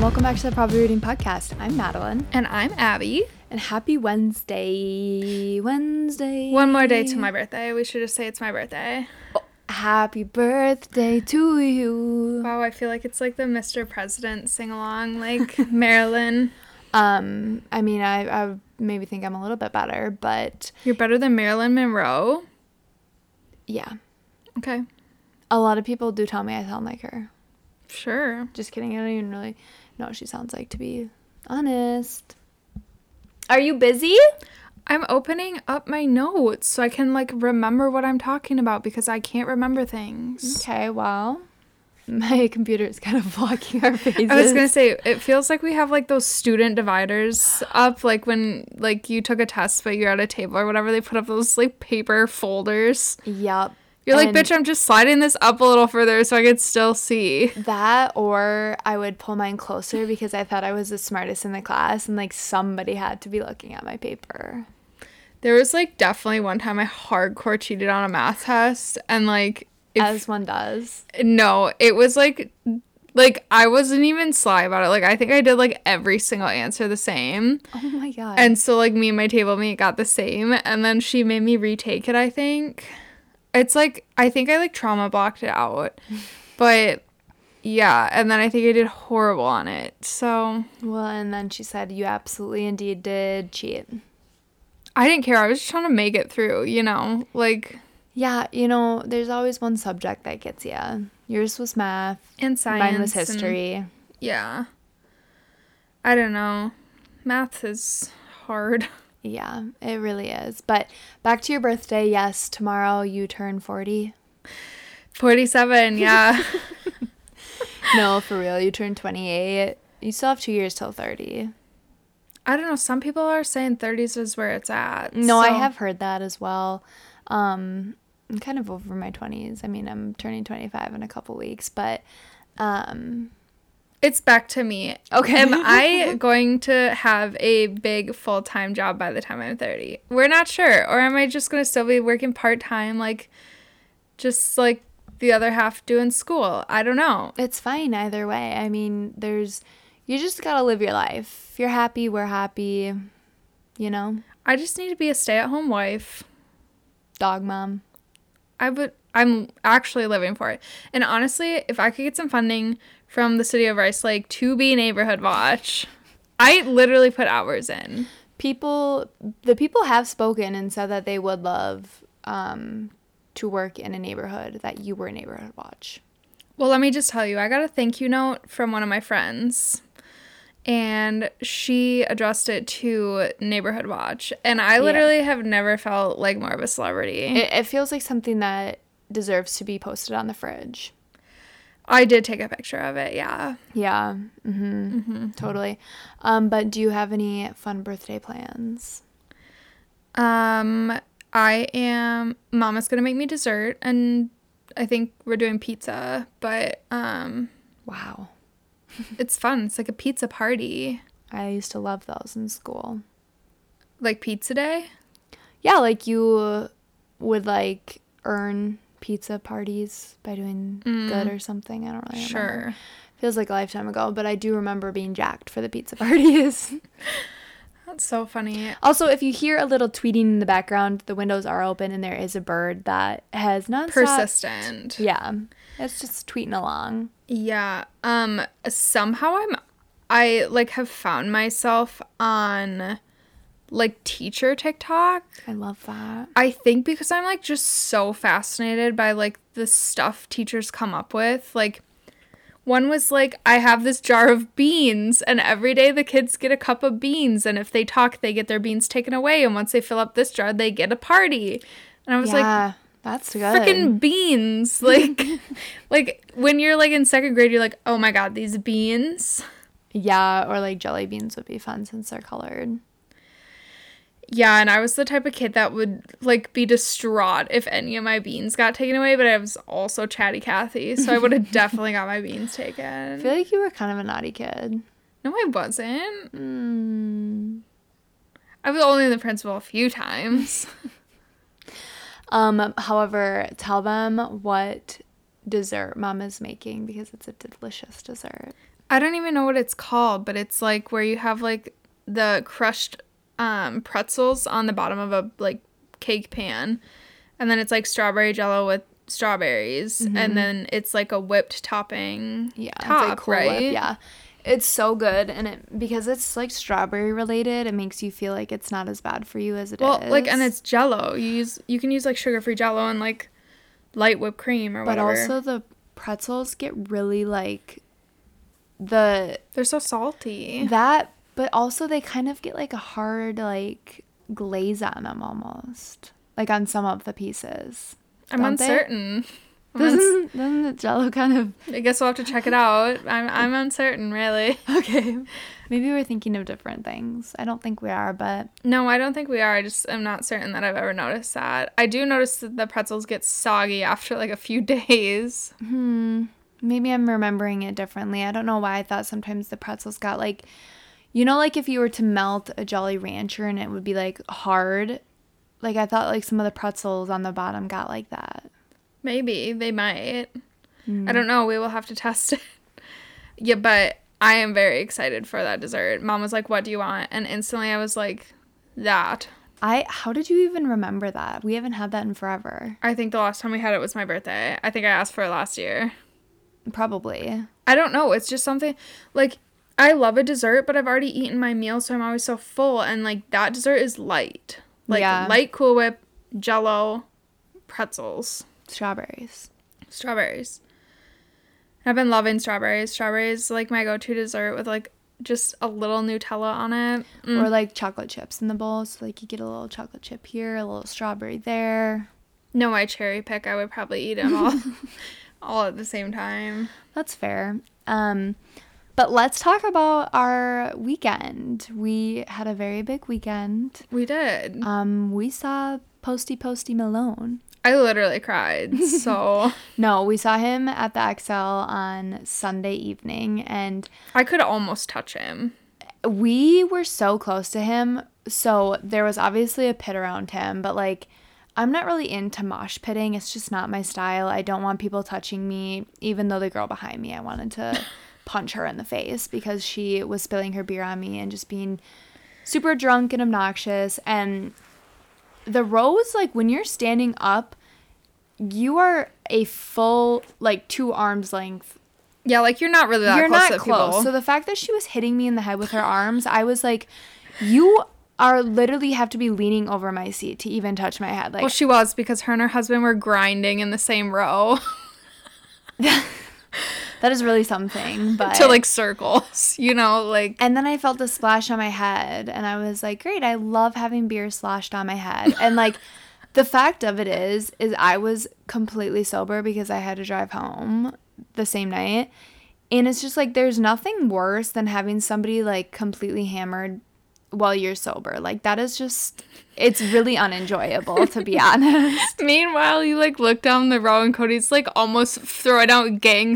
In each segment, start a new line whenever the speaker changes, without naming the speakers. welcome back to the Probably Reading Podcast. I'm Madeline,
And I'm Abby.
and happy Wednesday, Wednesday.
One more day to my birthday. We should just say it's my birthday.
happy birthday to you.
Wow, I feel like it's like the Mr. President sing along, like Marilyn.
Um, I mean, I, I maybe think I'm a little bit better, but
You're better than Marilyn Monroe.
yeah,
Okay,
a lot of people do tell me I sound like her.
sure.
Just kidding. I don't even really know what she sounds like, to be honest. Are you busy?
I'm opening up my notes so I can like remember what I'm talking about because I can't remember things.
Okay, well, my computer is kind of blocking our faces.
I was gonna say it feels like we have like those student dividers up, like when like you took a test but you're at a table or whatever. They put up those like paper folders.
Yep.
You're
And-
like, bitch, I'm just sliding this up a little further so I could still see.
That or I would pull mine closer because I thought I was the smartest in the class and like somebody had to be looking at my paper.
There was like definitely one time I hardcore cheated on a math test and like if,
as one does.
no, it was like like I wasn't even sly about it. Like I think I did like every single answer the same.
Oh my god.
And so like me and my table mate got the same and then she made me retake it, I think. It's like I think I like trauma blocked it out. But yeah, and then I think I did horrible on it. So
well, and then she said, You absolutely indeed did cheat.
I didn't care. I was just trying to make it through, you know? Like
Yeah, you know, there's always one subject that gets you. Yours was math,
in science.
mine was
and-
history.
yeah. I don't know. Math is hard.
Yeah, it really is. But back to your birthday, yes, tomorrow you turn 40.
47, yeah.
No, for real, you turn 28. You still have two years till 30.
I don't know. Some people are saying 30s is where it's at.
No, I
so-
have heard that as well. Um, I'm kind of over my 20s. I mean, I'm turning 25 in a couple weeks, but um,
It's back to me.
Okay.
Am I going to have a big full time job by the time I'm 30? We're not sure. Or am I just going to still be working part time, like just like the other half doing school? I don't know.
it's fine either way. I mean, there's you just got to live your life. If you're happy, we're happy. You know,
I just need to be a stay at home wife.
dog mom.
I would. I'm actually living for it. And honestly, if I could get some funding from the city of Rice Lake to be neighborhood watch, I literally put hours in.
People, the people have spoken and said that they would love um, to work in a neighborhood that you were neighborhood watch.
Well, let me just tell you, I got a thank you note from one of my friends. And she addressed it to Neighborhood Watch. And I literally have never felt like more of a celebrity.
It, it feels like something that deserves to be posted on the fridge.
I did take a picture of it, yeah.
Yeah. Mm-hmm. Totally. Um, but do you have any fun birthday plans?
Um, I am. Mama's gonna make me dessert, and I think we're doing pizza. But um,
Wow.
it's fun. It's like a pizza party,
I used to love those in school.
like pizza day.
Yeah, like you would like earn pizza parties by doing good or something. I don't really remember.
Sure.
Feels like a lifetime ago, but I do remember being jacked for the pizza parties.
That's so funny.
also, if you hear a little tweeting in the background, the windows are open and there is a bird that has not
Persistent.
Yeah. It's just tweeting along.
Yeah. Um somehow I'm I like have found myself on like teacher TikTok.
I love that.
I think because I'm like just so fascinated by like the stuff teachers come up with. Like one was like I have this jar of beans and every day the kids get a cup of beans and if they talk they get their beans taken away and once they fill up this jar they get a party. And I was like
yeah, that's good.
freaking beans like like when you're like in second grade you're like oh my god these beans
yeah, or like jelly beans would be fun since they're colored.
yeah and i was the type of kid that would like be distraught if any of my beans got taken away but i was also chatty cathy so i would have definitely got my beans taken
I feel like you were kind of a naughty kid.
no i wasn't
Mm.
i was only the principal a few times
Um, however, tell them what dessert mama's making because it's a delicious dessert.
I don't even know what it's called, but it's like where you have like the crushed um, pretzels on the bottom of a like cake pan, and then it's like strawberry jello with strawberries, and then it's like a whipped topping.
Yeah,
top,
it's like Cool Whip,
right?
Yeah, it's so good, and it because it's like strawberry related, it makes you feel like it's not as bad for you as it is.
Well, like, and it's jello. You use you can use like sugar free jello and like light whipped cream or
but
whatever.
also the pretzels get really like the
they're so salty.
that, but also they kind of get like a hard like glaze on them almost, like on some of the pieces.
I'm
don't they?
uncertain. I'm uns-
Doesn't, doesn't the jello kind of
I guess we'll have to check it out. I'm I'm uncertain really.
okay? Maybe we're thinking of different things. I don't think we are, but
No, I don't think we are. I just am not certain that I've ever noticed that. I do notice that the pretzels get soggy after like a few days.
Hmm. Maybe I'm remembering it differently. I don't know why I thought sometimes the pretzels got like, you know, like if you were to melt a Jolly Rancher and it would be like hard. Like I thought like some of the pretzels on the bottom got like that.
Maybe they might. I don't know. We will have to test it. yeah, but I am very excited for that dessert. Mom was like, "What do you want?" And instantly I was like, "That."
I how did you even remember that? We haven't had that in forever.
I think the last time we had it was my birthday. I think I asked for it last year.
Probably.
I don't know. It's just something like I love a dessert, but I've already eaten my meal, so I'm always so full. And like that dessert is light, like
Yeah.
light Cool Whip, Jello, pretzels,
Strawberries.
strawberries. I've been loving strawberries. Strawberries like my go-to dessert with like just a little Nutella on it. Mm.
Or like chocolate chips in the bowl. So like you get a little chocolate chip here, a little strawberry there.
No, I cherry pick. I would probably eat them all, all at the same time.
That's fair. Um, but let's talk about our weekend. We had a very big weekend.
We did.
Um, we saw Posty Posty Malone.
I literally cried. So
No, we saw him at the XL on Sunday evening, and
I could almost touch him.
we were so close to him. So there was obviously a pit around him, but like, I'm not really into mosh pitting. It's just not my style. I don't want people touching me, even though the girl behind me, I wanted to punch her in the face because she was spilling her beer on me and just being super drunk and obnoxious. And the rows, like, when you're standing up, you are a full, like, two arms length
Yeah, like you're not really that
you're
close
not
to
close.
people.
So the fact that she was hitting me in the head with her arms, I was like, you are literally have to be leaning over my seat to even touch my head. Like,
well, she was because her and her husband were grinding in the same row
that is really something. But
to like circles, you know, like
and then I felt a splash on my head, and I was like, great, I love having beer sloshed on my head. And like, the fact of it is, is I was completely sober because I had to drive home the same night. And it's just like there's nothing worse than having somebody like completely hammered while you're sober. Like that is just it's really unenjoyable to be honest.
meanwhile you like look down the row and Cody's like almost throwing out gang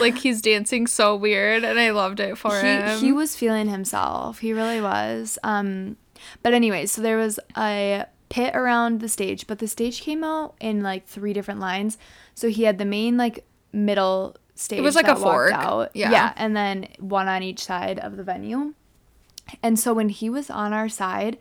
like he's dancing so weird and I loved it for him.
He, he was feeling himself. He really was. Um but anyway, so there was a pit around the stage, but the stage came out in like three different lines. So he had the main like middle stage.
was like a
that walked
fork.
Out.
Yeah.
yeah, and then one on each side of the venue. And so when he was on our side,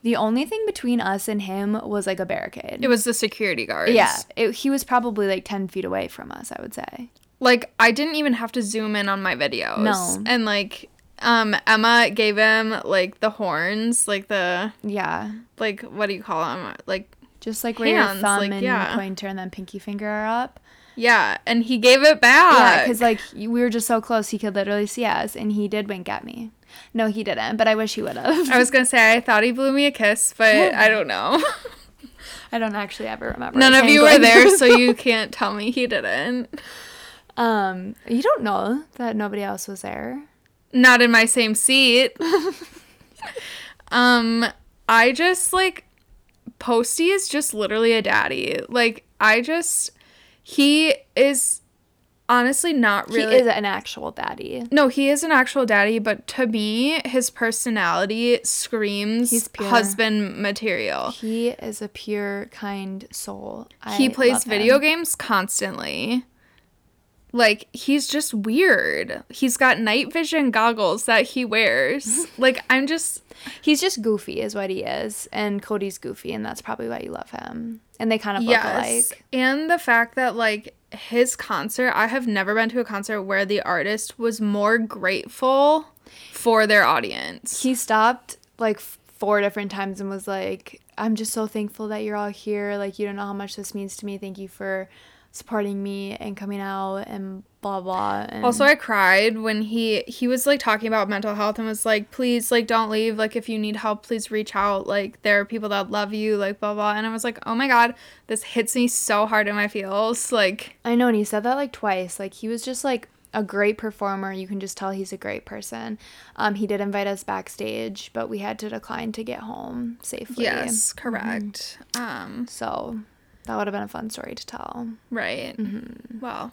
the only thing between us and him was like a barricade.
it was the security guards.
Yeah, it, he was probably like 10 feet away from us, I would say.
Like I didn't even have to zoom in on my videos.
No.
And like um Emma gave him like the horns, like the
Yeah.
like what do you call them? Like
Just like where
Hands,
your thumb
like,
and
yeah.
pointer and then pinky finger are up.
yeah, and he gave it
Yeah,
back.
because like we were just so close, he could literally see us, and he did wink at me. No, he didn't, but I wish he would have.
I was gonna say I thought he blew me a kiss, but I don't know.
I don't actually ever remember.
None of
him
you were
going-
there, so you can't tell me he didn't.
Um, you don't know that nobody else was there.
Not in my same seat. um, I just like Posty is just literally a daddy. Like I just he is honestly not really
He is an actual daddy.
No, he is an actual daddy, but to me, his personality screams
He's pure.
husband material.
He is a pure, kind soul. I
he plays
love him.
video games constantly. Like he's just weird. He's got night vision goggles that he wears. like I'm just
He's just goofy, is what he is, and Cody's goofy, and that's probably why you love him. And they kind of
yes.
look alike.
And the fact that like his concert, I have never been to a concert where the artist was more grateful for their audience.
He stopped like f- four different times and was like, "I'm just so thankful that you're all here. Like, you don't know how much this means to me. Thank you for supporting me and coming out and blah blah." And
Also, I cried when he he was like talking about mental health and was like, "Please, like, don't leave. Like, if you need help, please reach out. Like, there are people that love you. Like, blah blah." And I was like, "Oh my god, this hits me so hard in my feels." Like,
I know, and he said that like twice. Like he was just like a great performer. You can just tell he's a great person. Um, he did invite us backstage, but we had to decline to get home safely.
yes, correct. Um,
So that would have been a fun story to tell.
right.
Mm-hmm.
Wow.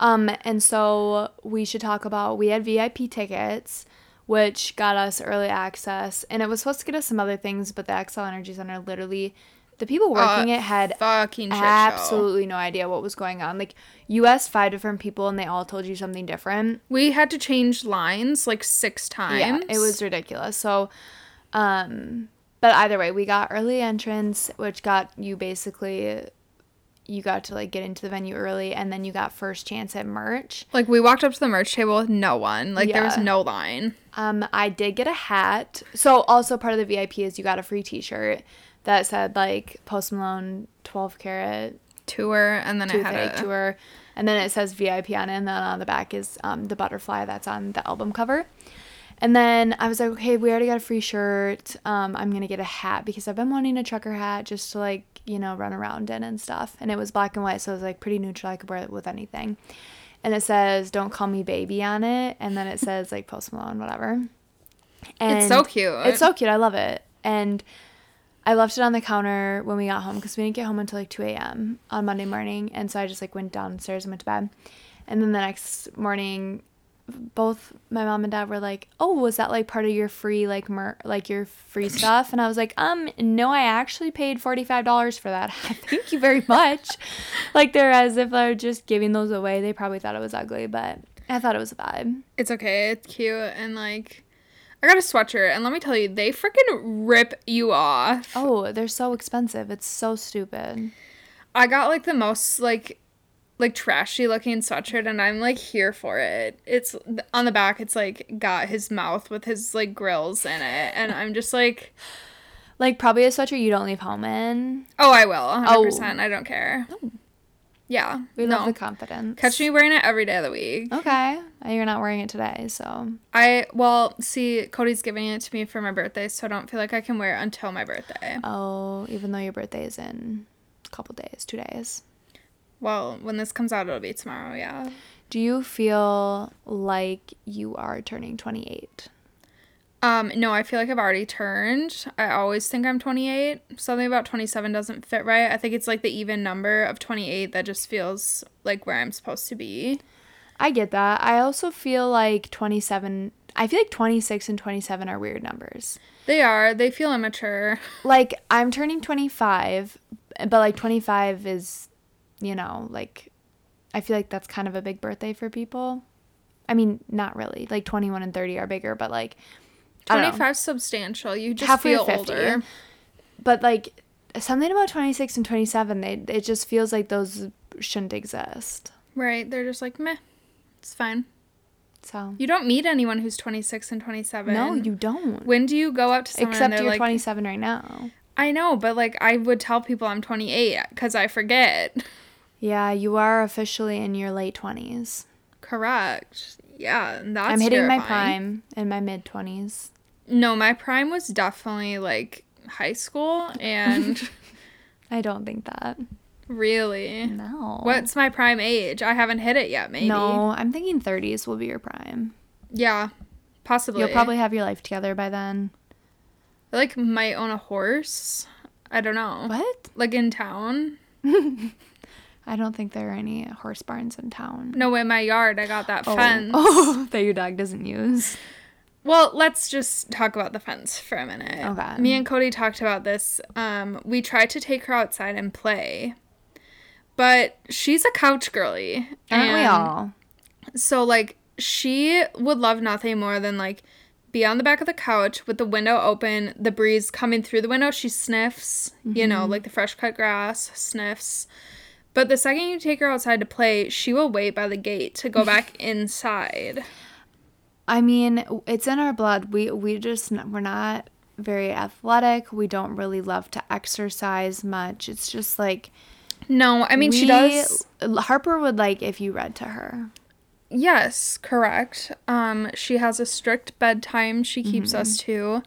Um, and so we should talk about we had VIP tickets, which got us early access, and it was supposed to get us some other things, but the XL Energy Center literally, the people working it had
Oh, uh, fucking shit show.
absolutely no idea what was going on. Like you asked five different people, and they all told you something different.
We had to change lines like six times.
Yeah, it was ridiculous. So, um, but either way, we got early entrance, which got you basically, you got to like get into the venue early, and then you got first chance at merch.
like we walked up to the merch table with no one. Like there was
Yeah.
no line.
Um, I did get a hat. So also part of the VIP is you got a free T-shirt that said like Post Malone 12 karat
Tour, and then I
toothache
had a
tour, and then it says VIP on it, and then on the back is um, the butterfly that's on the album cover. And then I was like, okay, we already got a free shirt. Um, I'm gonna get a hat because I've been wanting a trucker hat just to like you know run around in and stuff. And it was black and white, so it was like pretty neutral. I could wear it with anything. And it says "Don't call me baby" on it, and then it says like Post Malone, whatever. And
so cute.
It's so cute. I love it. And I left it on the counter when we got home because we didn't get home until like 2 a.m. on Monday morning. And so I just like went downstairs and went to bed. And then the next morning, both my mom and dad were like, "Oh, was that like part of your free like mer- like your free stuff?" And I was like, "Um, no, I actually paid forty five dollars for that. Thank you very much." like they're as if I were just giving those away. They probably thought it was ugly, but I thought it was a vibe.
It's okay. It's cute and like I got a sweatshirt and let me tell you, they freaking rip you off.
Oh, they're so expensive. It's so stupid.
I got like the most like like trashy looking sweatshirt and I'm like here for it. It's on the back it's like got his mouth with his like grills in it and I'm just like,
Like probably a sweatshirt you don't leave home in.
"Oh, I will. 100%. I don't care." Yeah.
Oh. We
no.
love the confidence.
Catch me wearing it every day of the week.
Okay, you're not wearing it today, so
I well see Cody's giving it to me for my birthday, so I don't feel like I can wear it until my birthday.
oh, even though your birthday is in a couple days, two days.
Well, when this comes out, it'll be tomorrow. Yeah.
Do you feel like you are turning 28?
Um, no, I feel like I've already turned. I always think I'm 28. Something about 27 doesn't fit right. I think it's like the even number of 28 that just feels like where I'm supposed to be.
I get that. I also feel like 27, I feel like 26 and 27 are weird numbers.
They are. They feel immature.
Like, I'm turning 25, but like 25 is, you know, like, I feel like that's kind of a big birthday for people. I mean, not really. Like, 21 and 30 are bigger, but like, I don't know.
25 's substantial. You just
halfway to
feel
50.
older.
But like something about 26 and 27, they it just feels like those shouldn't exist.
Right. They're just like, meh. It's fine.
So
You don't meet anyone who's 26 and 27.
no, you don't.
When do you go up to someone and
Except
they're
you're
like,
27 right now.
I know, but like I would tell people I'm 28 because I forget.
Yeah, you are officially in your late 20s.
Correct. Yeah, and that's
I'm hitting my
terrifying.
prime in my mid 20s.
No, my prime was definitely like high school and
I don't think that.
really.
No.
What's my prime age? I haven't hit it yet, maybe.
No, I'm thinking 30s will be your prime.
Yeah. Possibly.
You'll probably have your life together by then.
I, like might own a horse. I don't know.
What?
Like in town.
I don't think there are any horse barns in town.
No, in my yard, I got that
Oh.
fence.
Oh, that your dog doesn't use.
Well, let's just talk about the fence for a minute.
Okay.
Me and Cody talked about this. Um, we tried to take her outside and play, But she's a couch girly.
Aren't we
and
all?
So like she would love nothing more than like be on the back of the couch with the window open, the breeze coming through the window, she sniffs, you know,
Mm-hmm.
like the fresh cut grass, sniffs. But the second you take her outside to play, she will wait by the gate to go back inside.
I mean, it's in our blood. We we just n- we're not very athletic. We don't really love to exercise much. It's just like
No, I mean she
we-
does.
Harper would like if you read to her.
Yes, correct. Um she has a strict bedtime she keeps us to.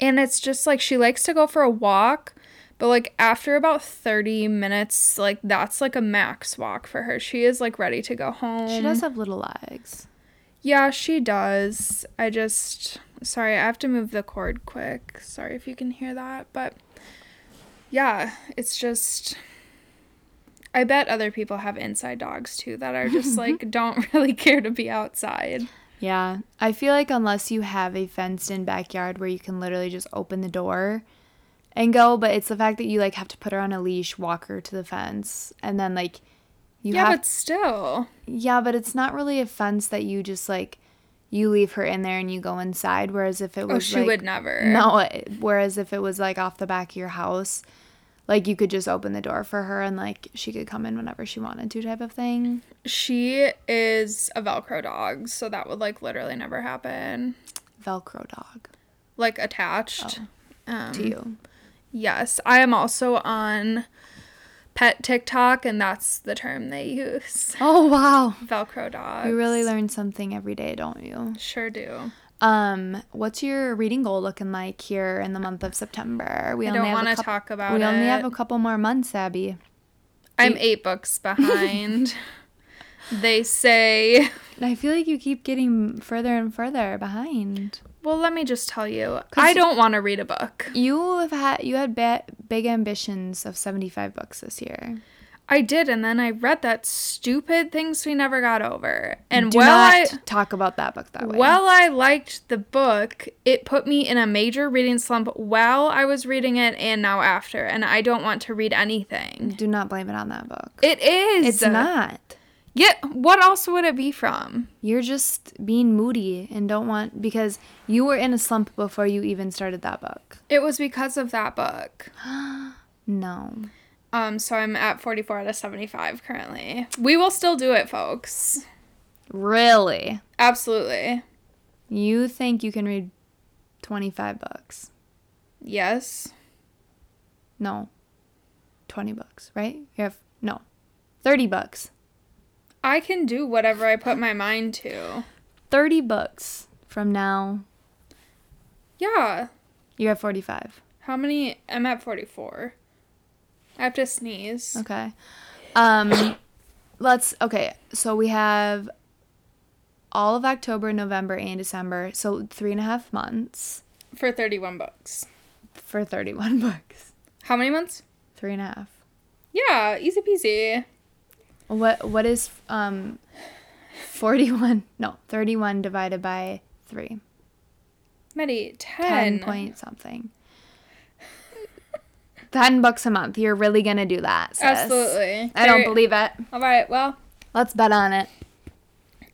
And it's just like she likes to go for a walk, but like after about 30 minutes, like that's like a max walk for her. She is like ready to go home.
She does have little legs.
Yeah, she does. I just sorry, I have to move the cord quick. Sorry if you can hear that, but yeah, it's just I bet other people have inside dogs too that are just like don't really care to be outside.
Yeah. I feel like unless you have a fenced in backyard where you can literally just open the door and go, but it's the fact that you like have to put her on a leash, walk her to the fence, and then like you
yeah,
have
but still.
Yeah, but it's not really a fence that you just like you leave her in there and you go inside whereas if it was
Oh, she
like,
would never.
No, it- whereas if it was like off the back of your house, like you could just open the door for her and like she could come in whenever she wanted to type of thing.
She is a velcro dog, so that would like literally never happen.
Velcro dog
Like attached. Um,
to you.
Yes, I am also on pet TikTok, and that's the term they use.
Oh wow.
Velcro dogs.
You really learn something every day, don't you?
sure do.
Um, what's your reading goal looking like here in the month of September? We
I don't want to talk about
We
it.
only have a couple more months, Abby.
I'm eight books behind. they say.
I feel like you keep getting further and further behind.
Well, let me just tell you,
'Cause-
I don't want to read a book.
You have had you had ba- big ambitions of 75 books this year.
I did, and then I read that stupid things we never got over. And
Do
while I
not talk about that book that way.
While I liked the book, it put me in a major reading slump while I was reading it and now after, and I don't want to read anything.
do not blame it on that book.
It is.
It's not.
Yeah, what else would it be from?
You're just being moody and don't want because you were in a slump before you even started that book.
It was because of that book.
No.
Um, so I'm at 44 out of 75 currently. We will still do it, folks.
Really?
Absolutely.
You think you can read 25 books?
Yes.
No. 20 books, right? You have no. 30 books.
I can do whatever I put my mind to.
30 books from now.
Yeah.
You have 45.
How many? I'm at 44. I have to sneeze.
Okay. Um let's okay, so we have all of October, November, and December. So three and a half months
for 31 books.
for thirty one books.
How many months?
Three and a half.
Yeah, easy peasy.
What what is um forty one no, thirty one divided by three.
Maddie, 10.
Ten point something. Ten books a month. You're really gonna do that. sis.
Absolutely.
I don't believe it.
All right, well,
Let's bet on it.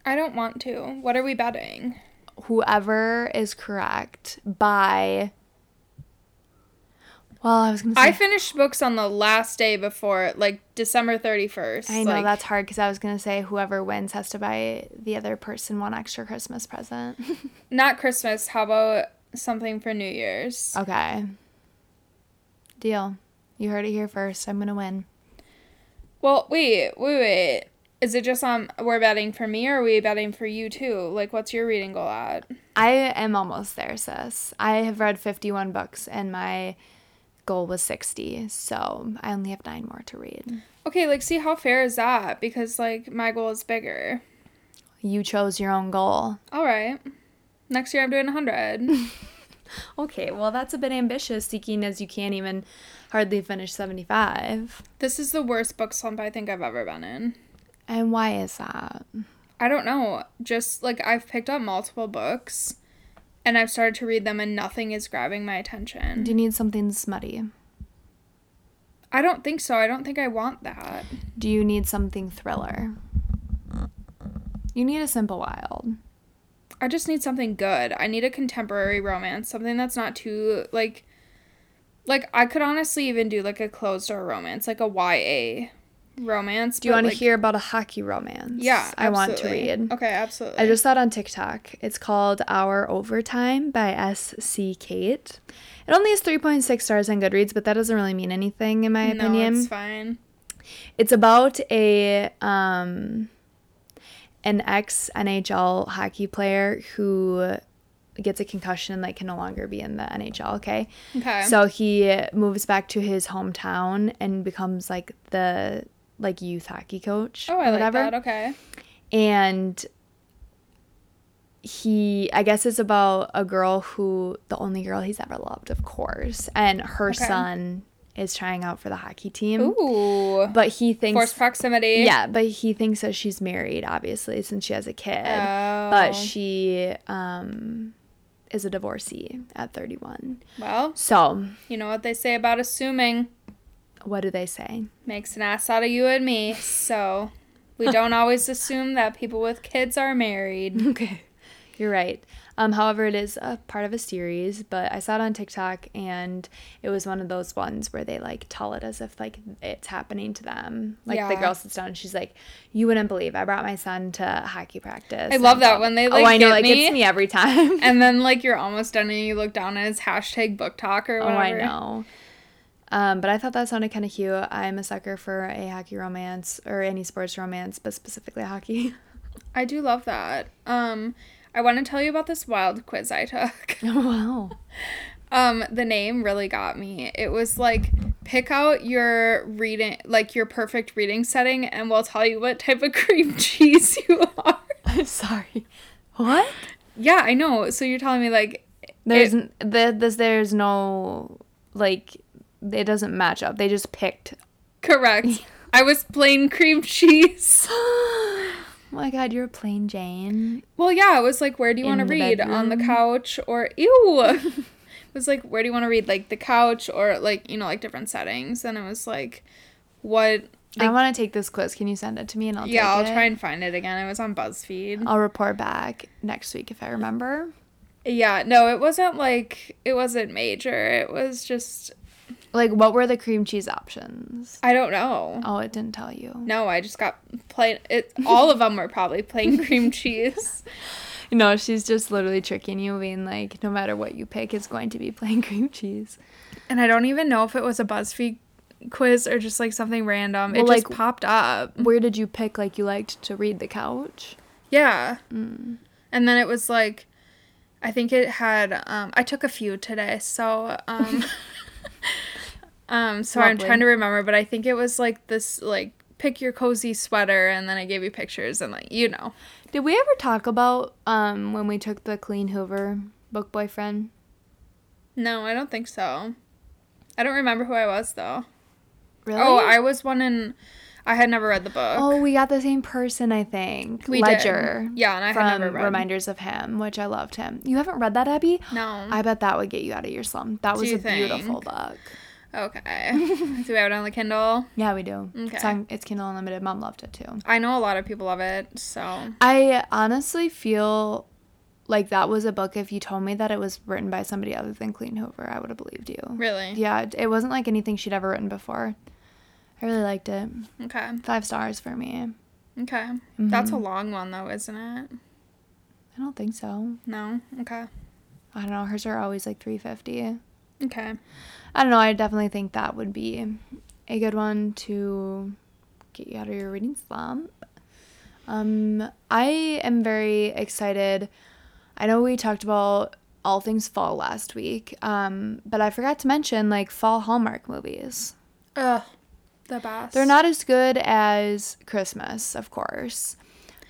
I don't want to. What are we betting?
whoever is correct by well i was gonna say
I finished books on the last day before, like December 31st.
I know
like,
that's hard because i was gonna say whoever wins has to buy the other person one extra christmas present
not Christmas. How about something for New Year's?
okay deal you heard it here first i'm gonna win
Well, wait, wait, wait. Is it just on we're betting for me or are we betting for you too? Like, what's your reading goal at?
i am almost there sis i have read 51 books and my goal was 60 so i only have nine more to read
Okay, like, see how fair is that? Because, like, my goal is bigger.
you chose your own goal
All right. Next year I'm doing 100.
okay well that's a bit ambitious seeking as you can't even hardly finish 75
This is the worst book slump I think I've ever been in.
And why is that?
I don't know. Just like I've picked up multiple books and I've started to read them and nothing is grabbing my attention.
Do you need something smutty?
I don't think so. I don't think I want that.
Do you need something thriller? You need a simple wild.
I just need something good. I need a contemporary romance, something that's not too like like I could honestly even do like a closed door romance, like a YA romance.
Do you
but,
want to
like-
hear about a hockey romance?
Yeah,
I want to
absolutely.
read.
Okay, absolutely.
I just saw it on TikTok. It's called Our Overtime by S.C. Kate. It only has 3.6 stars on Goodreads, but that doesn't really mean anything, in my
no,
opinion.
it's fine.
It's about a um, an ex NHL hockey player who gets a concussion and like can no longer be in the NHL. Okay,
Okay.
so he moves back to his hometown and becomes like the like youth hockey coach.
oh,
or
I like
whatever
that. Okay.
and he i guess it's about a girl who the only girl he's ever loved of course and her
Okay.
son is trying out for the hockey team
Ooh.
but he thinks
Forced proximity.
yeah but he thinks that she's married obviously since she has a kid
Oh.
but she um is a divorcee at 31
Well,
so
you know what they say about assuming
what do they say
makes an ass out of you and me. So we don't always assume that people with kids are married.
Okay. You're right. Um, however, it is a part of a series, but I saw it on TikTok and it was one of those ones where they like tell it as if like it's happening to them. Like the
Yeah.
girl sits down and she's like, You wouldn't believe I brought my son to hockey practice.
I love
and
that
blah-
when they,
Oh,
like,
I know,
get
like
me.
it's me every time.
And then like you're almost done and you look down and it's hashtag book talk or
oh,
whatever.
I know. Um, but I thought that sounded kind of cute. I'm a sucker for a hockey romance or any sports romance, but specifically hockey.
I do love that. Um, I want to tell you about this wild quiz I took.
wow.
Um, the name really got me. It was like pick out your reading, like your perfect reading setting, and we'll tell you what type of cream cheese you are.
I'm sorry. What?
Yeah, I know. So you're telling me like
There's n the, this, there's no like it doesn't match up. They just picked.
correct. I was plain cream cheese.
oh my god, you're a plain Jane.
Well, yeah, it was like where do you want to
the
read on the couch or ew. it was like where do you want to read like the couch or like you know like different settings, and it was like what.
I want to take this quiz. Can you send it to me and I'll
Yeah, I'll
take
try
it?
and find it again. It was on BuzzFeed.
I'll report back next week if I remember.
Yeah, no, it wasn't like it wasn't major. It was just
Like, what were the cream cheese options?
I don't know.
Oh, it didn't tell you.
No, I just got plain. It all of them were probably plain cream cheese.
No, she's just literally tricking you, being like, no matter what you pick, it's going to be plain cream cheese.
And I don't even know if it was a BuzzFeed quiz or just like something random.
Well,
it just
like-
popped up.
Where did you pick? Like, you liked to read the couch.
Yeah.
Mm.
And then it was like, I think it had. Um, I took a few today, so. Um, um, so I'm
Lovely.
trying to remember, but I think it was like this like pick your cozy sweater, and then I gave you pictures and like you know.
Did we ever talk about um when we took the Clean Hoover book boyfriend?
No, I don't think so. I don't remember who I was though.
Really?
Oh, I was one in. I had never read the book.
Oh, we got the same person, I think.
We did.
Ledger.
Yeah, and I had
from
never read.
Reminders of Him, which I loved him. You haven't read that, Abby?
No.
I bet that would get you out of your slum. That was
you
a beautiful
think?
book.
okay. Do we have it on the Kindle?
Yeah, we do. It's,
Okay.
on, it's Kindle Unlimited. Mom loved it too.
I know a lot of people love it, so
I honestly feel like that was a book. If you told me that it was written by somebody other than Clean Hoover, I would have believed you.
really.
Yeah, it- it wasn't like anything she'd ever written before. I really liked it.
Okay.
Five stars for me.
Okay.
Mm-hmm.
That's a long one though, isn't it?
I don't think so.
No. Okay.
I don't know. Hers are always like 350.
Okay.
I don't know. I definitely think that would be a good one to get you out of your reading slump. Um, I am very excited. I know we talked about all things fall last week, um, but I forgot to mention like fall Hallmark movies.
Ugh. The best.
They're not as good as Christmas, of course.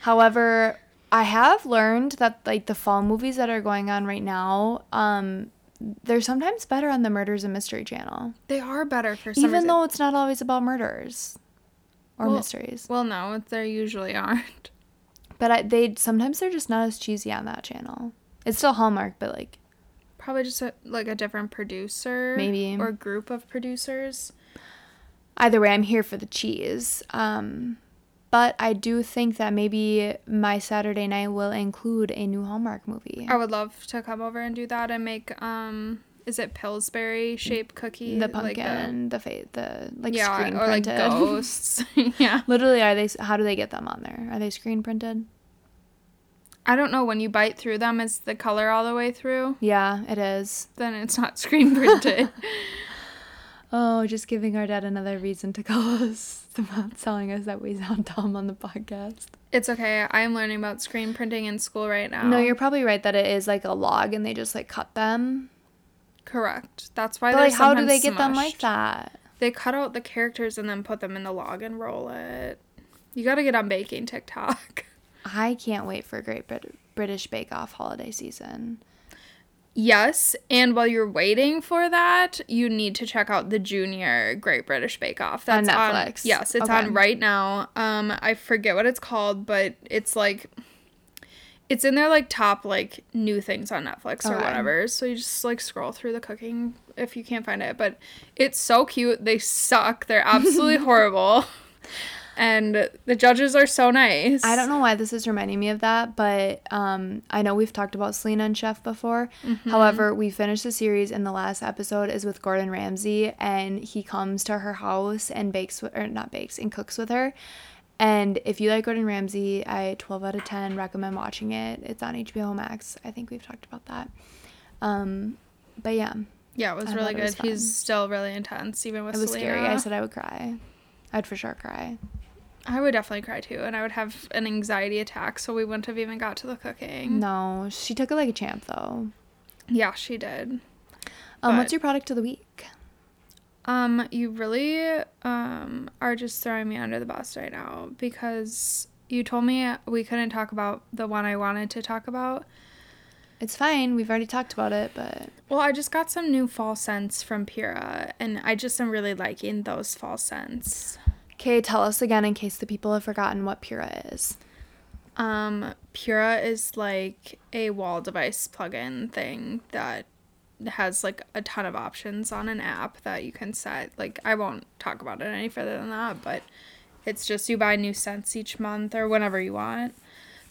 However, I have learned that like the fall movies that are going on right now, um, they're sometimes better on the Murders and Mystery Channel,
They are better for some
even
reason.
though it's not always about murders or
Well-
mysteries.
Well, no, they usually aren't.
But I, they sometimes they're just not as cheesy on that channel. It's still Hallmark, but like
Probably just a, like a different producer,
Maybe.
or group of producers.
either way, I'm here for the cheese. Um, but I do think that maybe my Saturday night will include a new Hallmark movie.
I would love to come over and do that and make um is it Pillsbury shaped cookie?
the
Like
pumpkin, the fa- the like
yeah,
screen
or like
printed.
ghosts. yeah.
Literally, are they? How do they get them on there? Are they screen printed?
I don't know when you bite through them is the color all the way through,
Yeah, it is.
then it's not screen printed.
Oh, just giving our dad another reason to call us about telling us that we sound dumb on the podcast.
it's okay. I am learning about screen printing in school right now.
No, you're probably right that it is like a log and they just like cut them.
correct. That's why
But
they're
like, how do they get them
that?
like that?
They cut out the characters and then put them in the log and roll it. You gotta get on baking TikTok.
I can't wait for Great Brit- British Bake Off holiday season.
Yes, and while you're waiting for that, you need to check out the Junior Great British Bake Off.
On
That's
Netflix.
yes, it's
Okay.
on right now. Um, I forget what it's called, but it's like, it's in their like top like new things on Netflix or
Okay.
whatever. So you just like scroll through the cooking if you can't find it. But it's so cute. They suck. They're absolutely horrible, and the judges are so nice.
I don't know why this is reminding me of that, but um, I know we've talked about Selena and Chef before.
Mm-hmm.
However, we finished the series, and the last episode is with Gordon Ramsay, and he comes to her house and bakes, wi- or not bakes, and cooks with her. And if you like Gordon Ramsay, I 12 out of 10 recommend watching it. It's on HBO Max. I think we've talked about that. Um, but yeah,
Yeah, it was
I
really
thought it
good.
was
He's still really intense, even with
it was scary. I
Selena.
said I would cry. I'd for sure cry.
I would definitely cry too, and I would have an anxiety attack, so we wouldn't have even got to the cooking.
No, she took it like a champ though.
Yeah, she did.
Um,
But-
what's your product of the week?
Um, you really um are just throwing me under the bus right now because you told me we couldn't talk about the one I wanted to talk about.
It's fine. We've already talked about it, but
Well, I just got some new fall scents from Pura, and I just am really liking those fall scents.
Kay, tell us again in case the people have forgotten what Pura is.
Um, Pura is like a wall device plugin thing that has like a ton of options on an app that you can set. Like, I won't talk about it any further than that, but it's just you buy new scents each month or whenever you want.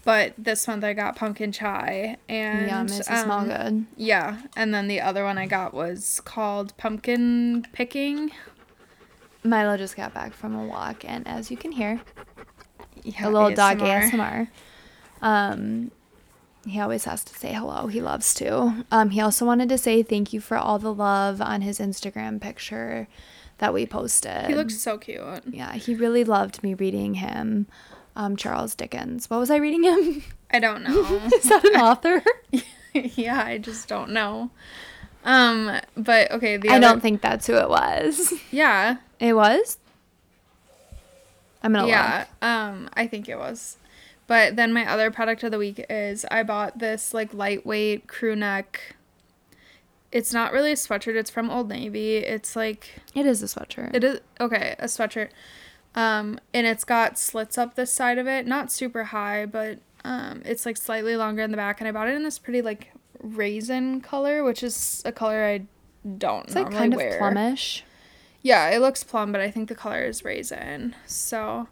But this month I got pumpkin chai and
Yum, it's a smell
um,
good.
Yeah, and then the other one I got was called pumpkin picking.
Milo just got back from a walk, and as you can hear,
Yeah,
a little dog
ASMR.
ASMR. Um, he always has to say hello. He loves to. Um, he also wanted to say thank you for all the love on his Instagram picture that we posted.
He looks so cute.
yeah, he really loved me reading him. Um, Charles Dickens. What was I reading him?
I don't know.
is that an author?
yeah, I just don't know. Um, but okay, the
I
other,
don't think that's who it was.
yeah,
It was. I'm gonna
yeah. Um, I think it was. But then my other product of the week is I bought this like lightweight crew neck. It's not really a sweatshirt. It's from Old Navy. It's like
look. It is a sweatshirt.
It is okay, a sweatshirt. Um, and it's got slits up this side of it, not super high, but um, it's like slightly longer in the back. And I bought it in this pretty like raisin color, which is a color I don't
it's like
normally
kind
wear.
of plumish.
Yeah, it looks plum, but I think the color is raisin. So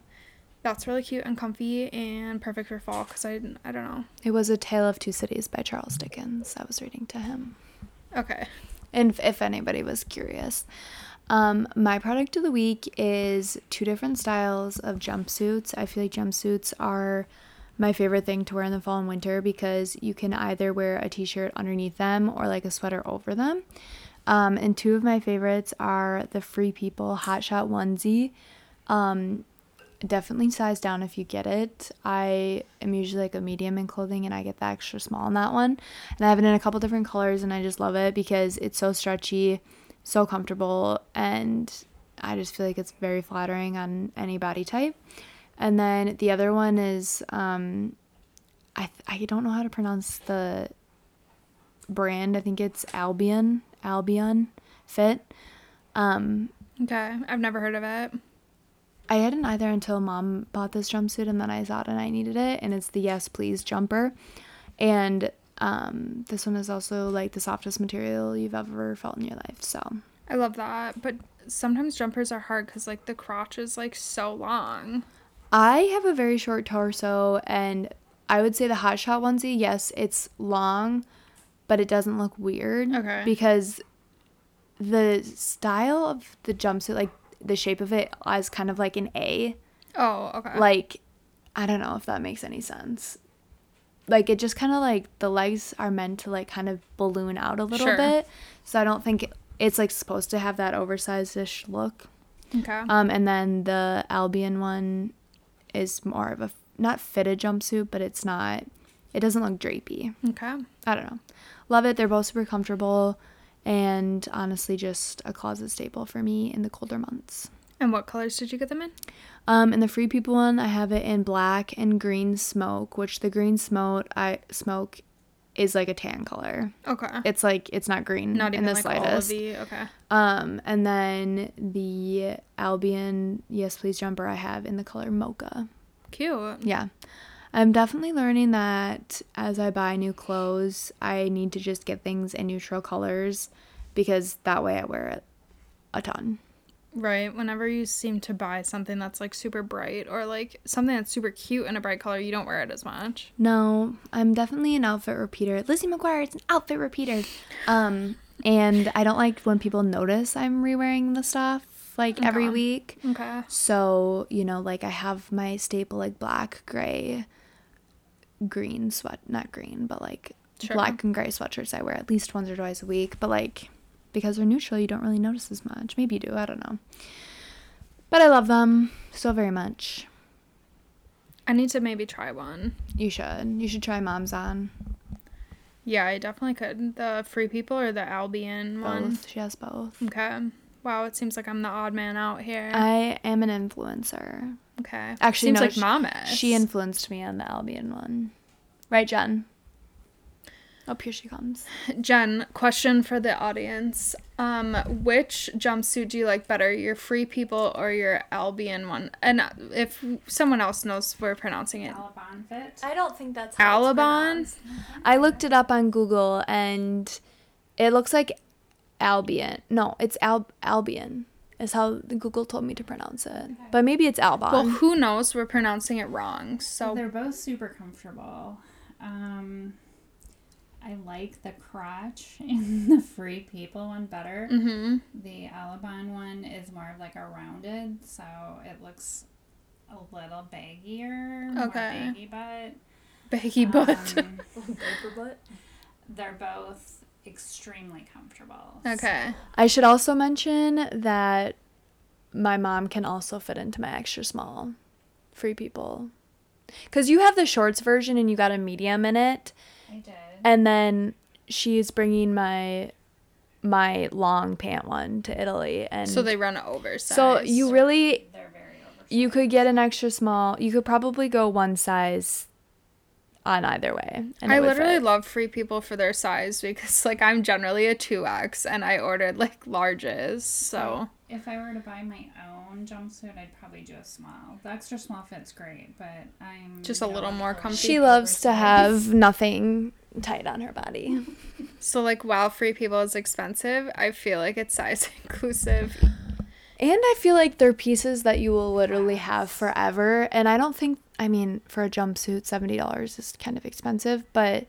that's really cute and comfy and perfect for fall because I I don't know.
It was a Tale of Two Cities by Charles Dickens. I was reading to him,
Okay,
and if- if anybody was curious, um, my product of the week is two different styles of jumpsuits. I feel like jumpsuits are my favorite thing to wear in the fall and winter because you can either wear a t-shirt underneath them or like a sweater over them. Um, and two of my favorites are the Free People Hot Shot onesie. Um, definitely size down if you get it. I am usually like a medium in clothing and I get the extra small in that one. And I have it in a couple different colors and I just love it because it's so stretchy, so comfortable, and I just feel like it's very flattering on any body type. And then the other one is um I I don't know how to pronounce the brand. I think it's Albion, Albion Fit. Um
okay, I've never heard of it.
I hadn't either until mom bought this jumpsuit and then I saw it and I needed it and it's the yes please jumper. And um this one is also like the softest material you've ever felt in your life. So
I love that, but sometimes jumpers are hard because like the crotch is like so long.
I have a very short torso, and I would say the hot shot onesie, yes, it's long, but it doesn't look weird.
Okay.
Because the style of the jumpsuit, like the shape of it, is kind of like an A.
Oh, okay.
Like, I don't know if that makes any sense. Like, it just kind of like the legs are meant to like kind of balloon out a little
Sure.
bit. So I don't think it- it's like supposed to have that oversized ish look.
okay.
Um, and then the Albion one is more of a not fitted jumpsuit, but it's not. It doesn't look drapey.
okay.
I don't know. Love it. They're both super comfortable, and honestly, just a closet staple for me in the colder months.
And what colors did you get them in?
Um, and the Free People one, I have it in black and green smoke, which the green smoke I smoke is like a tan color.
Okay.
It's like it's not green
Not even
in the
like
slightest.
all of the okay.
Um, and then the Albion Yes Please jumper I have in the color mocha.
Cute.
Yeah. I'm definitely learning that as I buy new clothes, I need to just get things in neutral colors because that way I wear it a ton.
Right. Whenever you seem to buy something that's like super bright or like something that's super cute in a bright color, you don't wear it as much.
No, I'm definitely an outfit repeater. Lizzie McGuire is an outfit repeater. Um, and I don't like when people notice I'm re-wearing the stuff like every
Okay.
week.
Okay.
So, you know, like I have my staple like black, gray, green sweat, not green, but like
Sure.
black and gray sweatshirts I wear at least once or twice a week. But like because they're neutral, you don't really notice as much. Maybe you do, I don't know. But I love them so very much.
I need to maybe try one.
You should. You should try Mom's on.
Yeah, I definitely could. The Free People or the Albion one.
Both. She has both.
Okay. Wow, it seems like I'm the odd man out here.
I am an influencer.
okay.
Uh, Actually,
seems
no,
like
she-
mom
She influenced me on the Albion one. Right, Jen? Oh, here she comes.
Jen, question for the audience. Um, which jumpsuit do you like better, your Free People or your Albion one? And uh, if someone else knows, we're pronouncing it.
Alabon fit.
I don't think that's
Alabon?
I looked it up on Google and it looks like Albion. No, it's Al- Albion is how Google told me to pronounce it. But maybe it's Albon.
Well, who knows? We're pronouncing it wrong. So,
They're both super comfortable. Um, I like the crotch in the Free People one better.
hmm
The Alabon one is more of like a rounded, so it looks a little baggier. More
Okay.
baggy butt.
baggy butt.
Um, they're both extremely comfortable.
okay.
I should also mention that my mom can also fit into my extra small free people. Cuz you have the shorts version and you got a medium in it
I did.
and then she's bringing my my long pant one to Italy and
So they run oversized.
So you really
They're very over.
you could get an extra small. You could probably go one size on either way. And
I
it would
literally
fit.
love free people for their size because like I'm generally a 2X and I ordered like larges.
Oh,
So
If I were to buy my own jumpsuit, I'd probably do a small. The extra small fit's great, but I'm
Just a little
not
more
really
comfy.
She
oversized.
loves to have nothing tight on her
Mm-hmm.
body.
so like while free people is expensive, I feel like it's size inclusive.
And I feel like they're pieces that you will literally have forever. And I don't think I mean for a jumpsuit seventy dollars is kind of expensive, but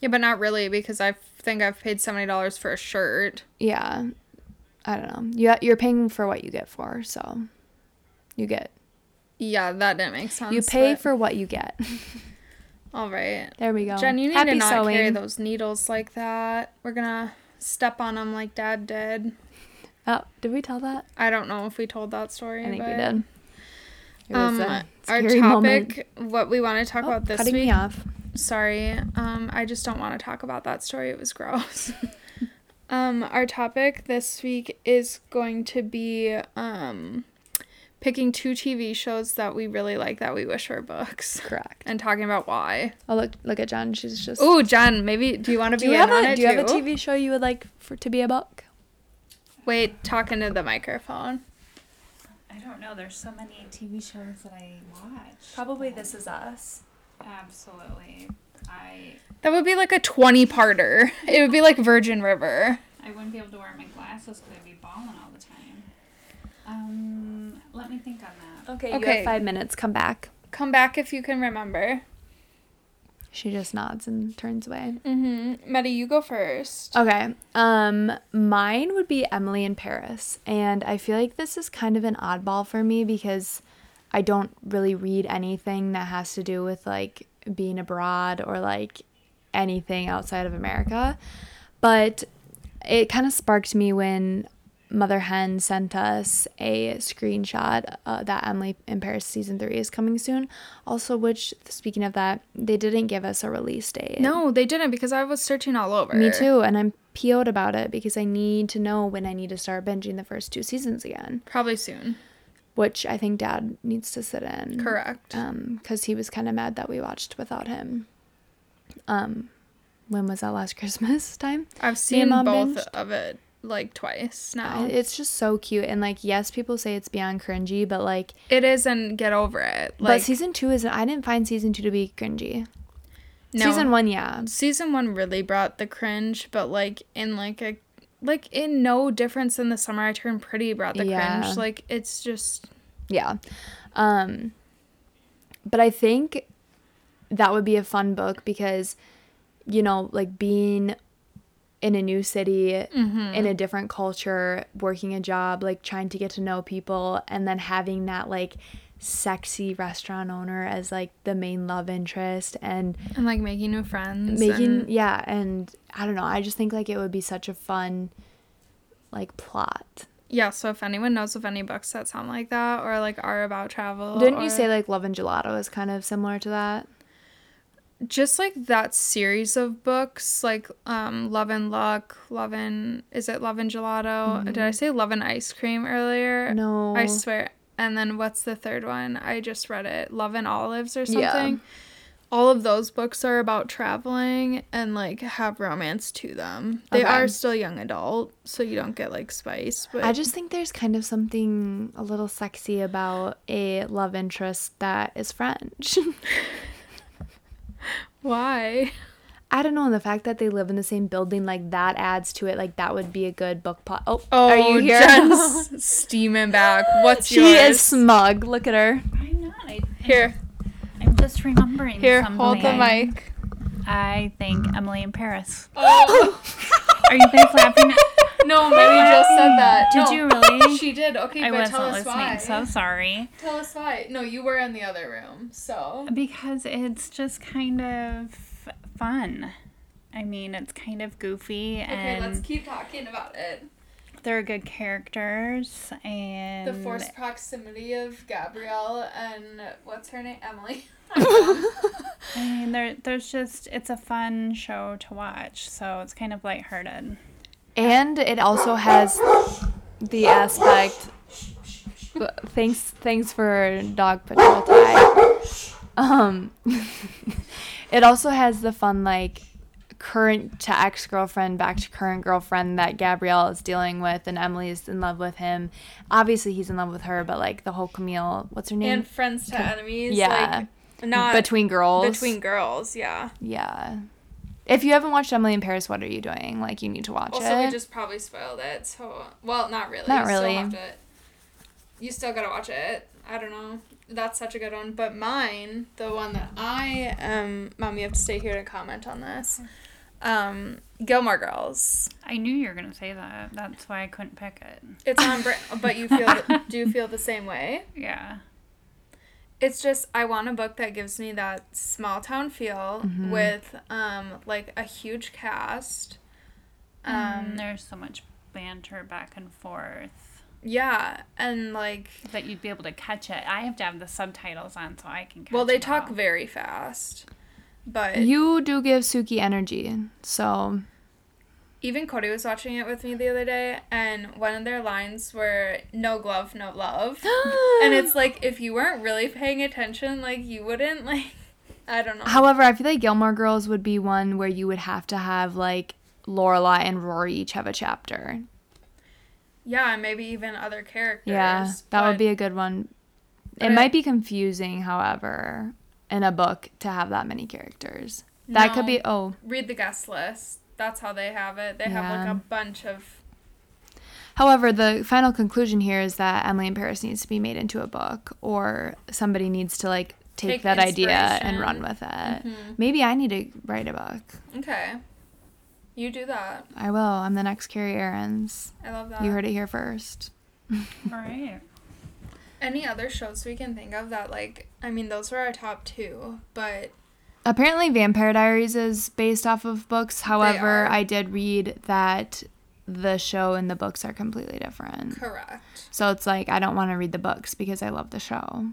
Yeah, but not really because I think I've paid $70 for a shirt.
yeah, I don't know. You you're paying for what you get for, so you get
Yeah, that didn't make sense.
you pay
but-
for what you get.
All right.
There we go.
Jen, you need to not carry those needles like that. We're gonna step on them like dad did.
Oh, did we tell that?
I don't know if we told that story.
I think we
but-
did. It was
Um,
a
our
scary
topic,
moment.
what we want to talk
Oh,
about this
cutting
week.
me off.
Sorry, um, I just don't want to talk about that story. It was gross. um, our topic this week is going to be um, picking two TV shows that we really like that we wish were books,
Correct.
and talking about why.
Oh look, look at John. She's just.
Oh, Jen, maybe do you want to be
do you
in
have
on
a
it
Do you
too?
have a TV show you would like for to be a book?
Wait, talking to the microphone.
I don't know. There's so many TV shows that I watch.
Probably This Is Us.
Absolutely. I
That would be like a twenty-parter. It would be like Virgin River.
I wouldn't be able to wear my glasses because I'd be balling all the time. Um, let me think on that.
Okay,
you have
five
five
minutes. Come back.
Come back if you can remember.
She just nods and turns away.
Mm-hmm. Medi, you go first.
Okay. Um mine would be Emily in Paris. And I feel like this is kind of an oddball for me because I don't really read anything that has to do with like being abroad or like anything outside of America. But it kind of sparked me when Mother Hen sent us a screenshot uh, that Emily in Paris season 3 is coming soon. Also, which speaking of that, they didn't give us a release date.
No, they didn't because I was searching all over.
Me too, and I'm PO'd about it because I need to know when I need to start binging the first two seasons again,
Probably soon.
which I think Dad needs to sit in.
Correct.
Um, because he was kind of mad that we watched without him. Um, when was that last Christmas time?
I've seen
Mom
both
binged.
of it like twice now.
I- It's just so cute, and like, yes, people say it's beyond cringy, but like,
it is, and get over it.
but
Like
season two is. I didn't find season two to be cringy.
no.
Season one, yeah.
season one really brought the cringe, but like in like a like in no difference than the summer I turned pretty brought the
Yeah.
cringe. Like it's just
Yeah. Um but I think that would be a fun book because you know, like being in a new city, in a different culture, working a job, like trying to get to know people and then having that like sexy restaurant owner as like the main love interest and
and like making new friends.
making
and-
yeah, and I don't know, I just think like it would be such a fun like plot.
yeah. So if anyone knows of any books that sound like that or like are about travel,
Didn't you
or-
say like Love and Gelato is kind of similar to that?
just like that series of books like um love and luck love and is it love and gelato did i say love and ice cream earlier
Mm-hmm. No.
i swear and then what's the third one i just read it love and olives or something
Yeah.
all of those books are about traveling and like have romance to them they
Okay.
are still young adult so you don't get like spice but
I just think there's kind of something a little sexy about a love interest that is French.
why
I don't know, and the fact that they live in the same building, like that adds to it. Like that would be a good book plot. Oh,
oh
are you here?
Jen's steaming back what's
she
yours
is smug. Look at her.
I'm not. I,
here
I'm just remembering.
here
something.
hold the mic
I think Emily in Paris. Oh. Are you guys laughing? at-
No, Mary just said that.
Did
No.
you really?
She did. Okay,
I
but tell us
wasn't listening.
why.
So sorry.
Tell us why. No, you were in the other room, so.
Because it's just kind of fun. I mean, it's kind of goofy,
Okay,
and
let's keep talking about it.
they're good characters, and
The forced proximity of Gabrielle and what's her name? Emily.
I mean, there, there's just it's a fun show to watch, so it's kind of lighthearted.
And it also has the aspect. Thanks, thanks for dog patrol tie. Um, it also has the fun like current to ex girlfriend back to current girlfriend that Gabrielle is dealing with, and Emily is in love with him. Obviously, he's in love with her, but like the whole Camille, what's her name?
and friends to enemies.
Yeah.
Like, not between
between girls.
between girls, yeah.
Yeah. If you haven't watched Emily in Paris, what are you doing? Like, you need to watch
Also,
it.
we just probably spoiled it, so. Well, not really.
Not
you still
really.
have to- you still gotta watch it. I don't know. That's such a good one. But mine, the one that I am. Mom, you have to stay here to comment on this. Um, Gilmore Girls.
I knew you were gonna say that. That's why I couldn't pick it.
It's on, bra- but you feel. Do you feel the same way?
Yeah.
it's just I want a book that gives me that small town feel
Mm-hmm.
with um like a huge cast.
Um,
Um
there's so much banter back and forth
yeah, and like
that you'd be able to catch it. I have to have the subtitles on so I can. catch
well they
it
talk
all.
very fast. But
You do give Suki energy, so
even Cody was watching it with me the other day and one of their lines were no glove, no love. and it's like if you weren't really paying attention, like you wouldn't like I don't know.
However, I feel like Gilmore Girls would be one where you would have to have like Lorelai and Rory each have a chapter.
yeah, and maybe even other characters.
yeah, that
but-
would be a good one. It
but I-
might be confusing, however, in a book to have that many characters. That could
No.
be oh.
read the guest list. That's how they have it. They have like
Yeah.
a bunch of
However, the final conclusion here is that Emily in Paris needs to be made into a book, or somebody needs to like take,
Take
that idea and
inspiration. Mm-hmm.
run with it. Maybe I need to write a book.
Okay. You do that.
I will. I'm the next Carrie Aarons.
I love that.
You heard it here first.
All right.
Any other shows we can think of that like I mean those were our top two, but
Apparently, Vampire Diaries is based off of books. However,
are.
I did read that the show and the books are completely different.
correct.
So it's like I don't want to read the books because I love the show.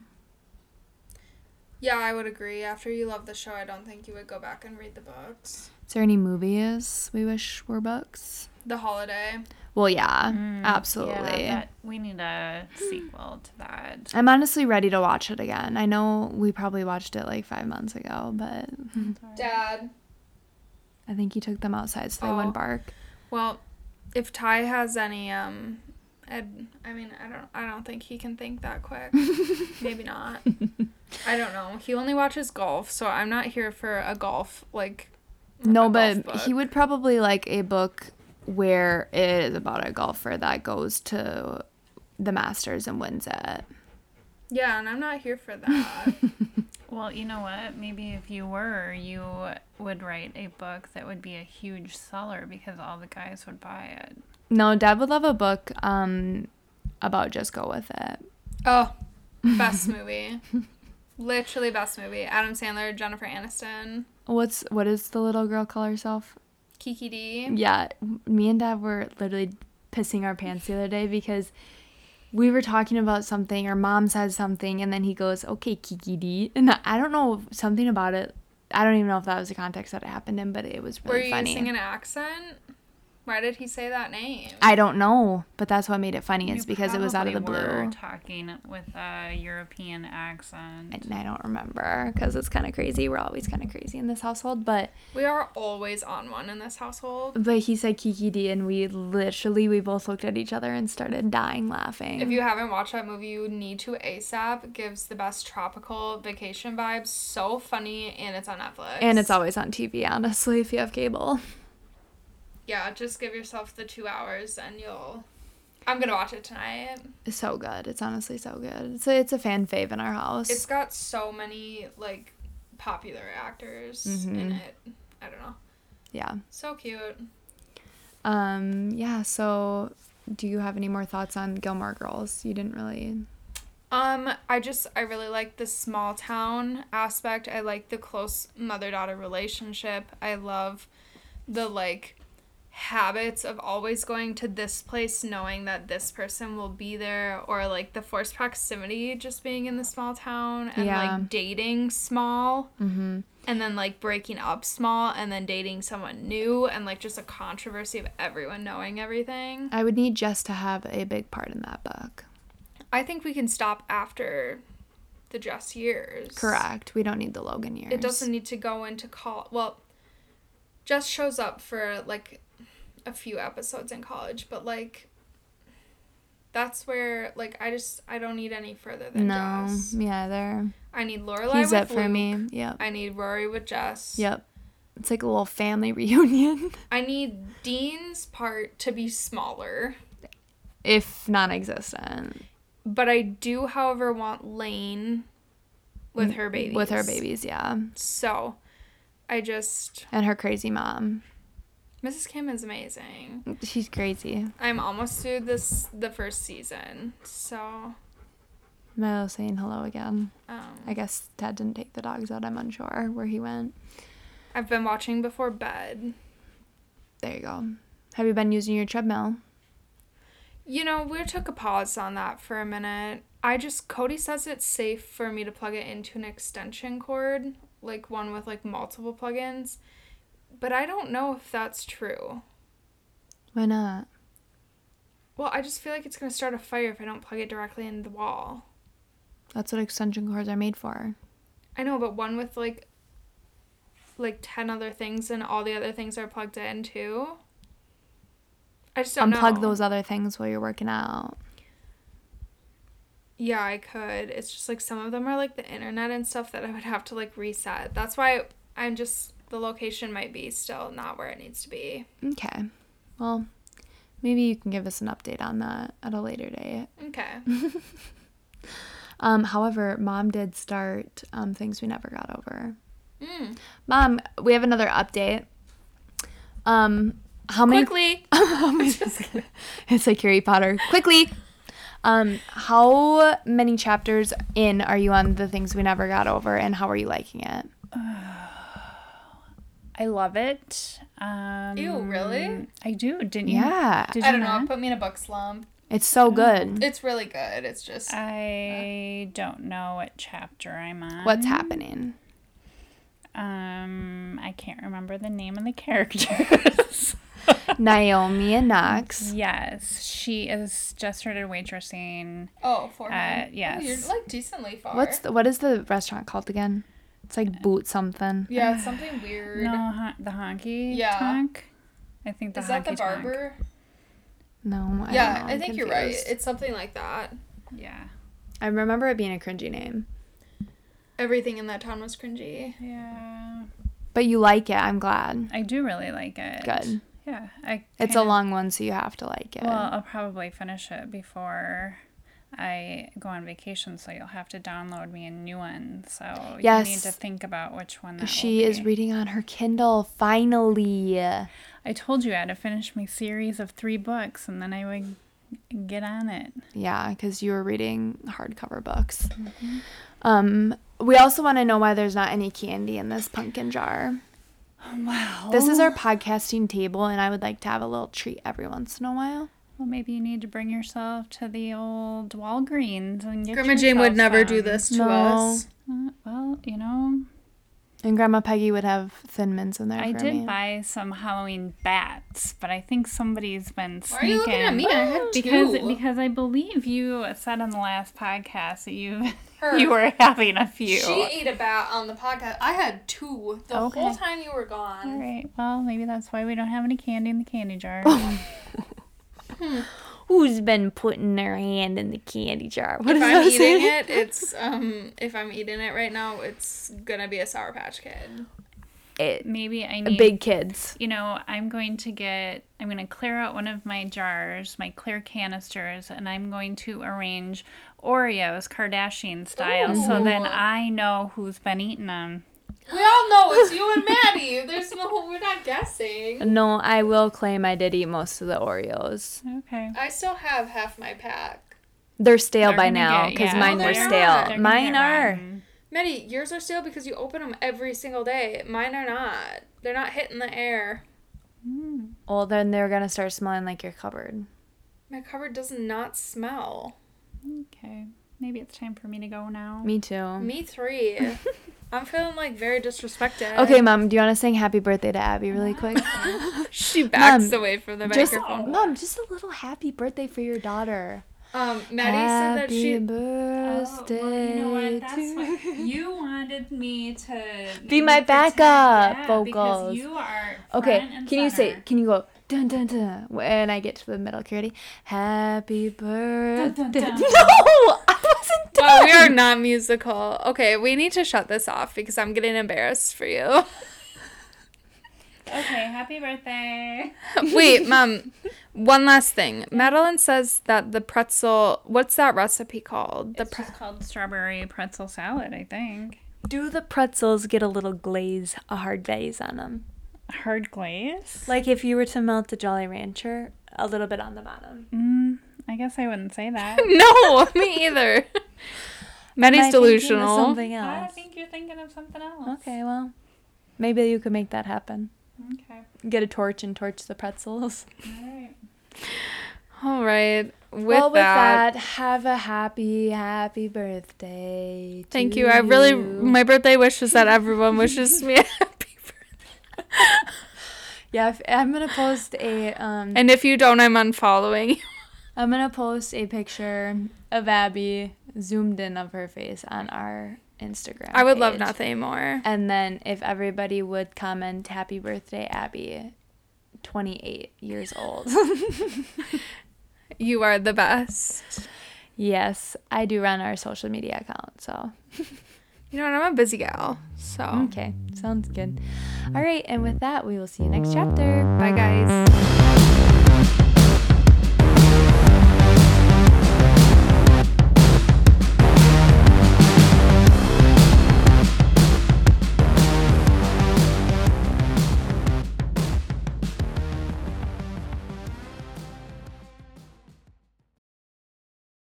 Yeah, I would agree. After you love the show, I don't think you would go back and read the books.
Is there any movies we wish were books?
The holiday.
Well, yeah, absolutely.
Yeah, Mm, that, we need a sequel to that.
I'm honestly ready to watch it again. I know we probably watched it like five months ago, but
Mm-hmm.
Dad.
I think you took them outside so they
Oh.
wouldn't bark.
Well, if Ty has any um Ed, I mean, I don't I don't think he can think that quick. Maybe not. I don't know. He only watches golf, so I'm not here for a golf like
No,
a
but
golf book.
he would probably like a book where it is about a golfer that goes to the Masters and wins it.
Yeah, and I'm not here for that.
Well, you know what? Maybe if you were, you would write a book that would be a huge seller because all the guys would buy it.
No, Dad would love a book um about just go with it.
Oh, best movie. Literally best movie. Adam Sandler, Jennifer Aniston,
What's what is the little girl call herself?
Kiki D.
Yeah, me and Dad were literally pissing our pants the other day because we were talking about something, or Mom said something, and then he goes, "Okay, Kiki D," and I don't know something about it. I don't even know if that was the context that it happened in, but it was
Were
really
you
funny.
using an accent? Why did he say that name?
I don't know, but that's what made it funny. It's
You
because it was out of the
probably were
blue,
Talking with a European accent.
and I don't remember because it's kind of crazy. We're always kind of crazy in this household, but
We are always on one in this household.
but he said Kiki D, and we literally we both looked at each other and started dying laughing.
If you haven't watched that movie, you need to ASAP. Gives the best tropical vacation vibes. So funny, and it's on Netflix.
and it's always on TV, honestly, if you have cable.
yeah. Just give yourself the two hours, and you'll. I'm gonna watch it tonight.
It's so good. It's honestly so good. It's a, it's a fan fave in our house.
It's got so many like popular actors
Mm-hmm.
in it. I don't know.
yeah.
So cute.
Um. Yeah. So, do you have any more thoughts on Gilmore Girls? You didn't really.
Um, I just I really like the small town aspect. I like the close mother daughter relationship. I love the like habits of always going to this place knowing that this person will be there or like the forced proximity just being in the small town and
Yeah. Mm-hmm.
like dating small and then like breaking up small and then dating someone new and like just a controversy of everyone knowing everything
I would need Jess to have a big part in that book.
I think we can stop after the Jess years.
Correct. We don't need the Logan years.
It doesn't need to go into call. Well, Jess shows up for like a few episodes in college, but like that's where like I just I don't need any further than
No.
Jess.
Me either.
I need Lorelai
He's
with
it for
Luke.
me. Yep.
I need Rory with Jess.
Yep. It's like a little family reunion,
I need Dean's part to be smaller.
if non-existent,
But I do, however, want Lane with her babies.
Mm, with her babies. Yeah.
So I just
And her crazy mom.
Mrs. Kim is amazing.
She's crazy.
I'm almost through this the first season, so
Milo saying hello again. I
um,
guess Dad didn't take the dogs out. I'm unsure where he went.
I've been watching before bed.
There you go. Have you been using your treadmill?
You know, we took a pause on that for a minute. I just Cody says it's safe for me to plug it into an extension cord, like one with like multiple plugins, but I don't know if that's true.
Why not?
Well, I just feel like it's gonna start a fire if I don't plug it directly into the wall.
That's what extension cords are made for.
I know, but one with like like ten other things and all the other things are plugged in too. I just don't
Unplug
know.
those other things while you're working out.
Yeah, I could. It's just like some of them are like the internet and stuff that I would have to like reset. That's why I'm just the location might be still not where it needs to be.
Okay. Well, Maybe you can give us an update on that at a later date.
Okay.
Um, however, mom did start um, things we never got over.
Mm.
Mom, we have another update. Um, how many?
Quickly.
um,
How many- it's like Harry Potter. Quickly. Um, how many chapters in are you on the things we never got over, and how are you liking
Mm.
it?
I love it. Um,
Ew, really?
I do. Didn't you?
Yeah,
Did you
I don't know.
not?
It put me in a book slump.
it's so good.
It's really good. It's just
Uh, I don't know what chapter I'm on.
What's happening?
Um, I can't remember the name of the characters.
Naomi and Knox.
yes, she is just started waitressing.
oh four.
Uh,
Oh,
yes.
you're like decently far.
What's the, what is the restaurant called again? It's like Boot something.
yeah? It's something weird.
No, hon- the honky
Yeah.
tonk. I think the
Is that the
honky tonk.
barber?
No, I
yeah,
don't know,
I
I'm
think you're right.
confused.
It's something like that.
Yeah,
I remember it being a cringy name,
Everything in that town was cringy.
yeah.
but you like it. I'm glad.
I do really like it.
Good.
Yeah, I.
It's a
kinda-
long one, so you have to like it.
Well, I'll probably finish it before I go on vacation, so you'll have to download me a new one. So you need
Yes.
to think about which one that will
she is
be.
reading on her Kindle finally.
I told you I had to finish my series of three books, and then I would get on it.
Yeah, because you were reading hardcover books. Um, we also want to know why there's not any candy in this pumpkin jar. Um,
Wow.
This is our podcasting table, and I would like to have a little treat every once in a while.
Well, maybe you need to bring yourself to the old Walgreens and get.
Grandma Jane would
yourself
never do
some.
this to
No.
us.
Uh, well, you know,
And Grandma Peggy would have Thin Mints in there.
I
for
did
me.
buy some Halloween bats, but I think somebody's been
Why are you
sneaking.
looking at me? I had two.
Because because I believe you said on the last podcast that you
Her.
you were having a few.
she ate a bat on the podcast. I had two the
Okay.
whole time you were gone.
All right. Well, maybe that's why we don't have any candy in the candy jar.
Who's been putting their hand in the candy jar? What
If
does
I'm
that say?
eating it, it's um. If I'm eating it right now, it's gonna be a Sour Patch Kid.
It-
maybe I need
Big kids.
you know, I'm going to get, I'm going to clear out one of my jars, my clear canisters, and I'm going to arrange Oreos Kardashian style so then
Ooh.
I know who's been eating them.
We all know it's you and Maddie. There's no, we're not guessing.
No, I will claim I did eat most of the Oreos.
Okay.
I still have half my pack.
They're stale
They're
by
gonna
now
get-
because
yeah.
mine
Oh,
were
they're
stale.
not. They're
mine are.
Maddie, yours are stale because you open them every single day. Mine are not. They're not hitting the air.
Mm,
Well, then they're gonna start smelling like your cupboard.
My cupboard does not smell.
Okay. Maybe it's time for me to go now.
Me
Um.
too.
Me three. I'm feeling like very disrespected.
Okay, mom, do you want to sing "Happy Birthday" to Abby really quick?
she backs
Mom,
away from the
just,
microphone.
mom, just a little happy birthday for your daughter.
Um, Maddie said that
happy
she.
Oh,
Oh,
birthday. to-
you wanted me to
Be my backup vocals.
are.
Okay,
front and
can you say?
center.
Can you go? Dun dun dun. When I get to the middle, Curity. Happy birthday.
dun, dun.
No, I wasn't done.
Wow, we are not musical. Okay, we need to shut this off because I'm getting embarrassed for you.
Okay, happy birthday.
Wait, mom. One last thing. Madeline says that the pretzel. What's that recipe called? The
It's just called strawberry pretzel salad, I think.
Do the pretzels get a little glaze, a hard glaze on them?
Hard glaze?
Like if you were to melt the Jolly Rancher, a little bit on the bottom.
Mm, I guess I wouldn't say that.
no, me either.
Am I
Maddie's
thinking of
delusional.
Something
Ah, I
else.
think you're thinking of something else.
Okay, well, maybe you could make that happen.
Okay.
Get a torch and torch the pretzels.
All right.
All right. With,
well, with
that,
that, have a happy, happy birthday.
thank
to
you. I really
you.
my birthday wishes that everyone wishes me a happy birthday.
Yeah, if, I'm gonna post a um,
And if you don't, I'm unfollowing.
I'm gonna post a picture of Abby zoomed in of her face on our Instagram.
I would love
page.
nothing more.
And then if everybody would comment "Happy Birthday, Abby," 28 years old.
You are the best.
yes, I do run our social media account, so
You know what? I'm a busy gal. So,
okay, sounds good. All right, and with that, we will see you next chapter.
bye guys.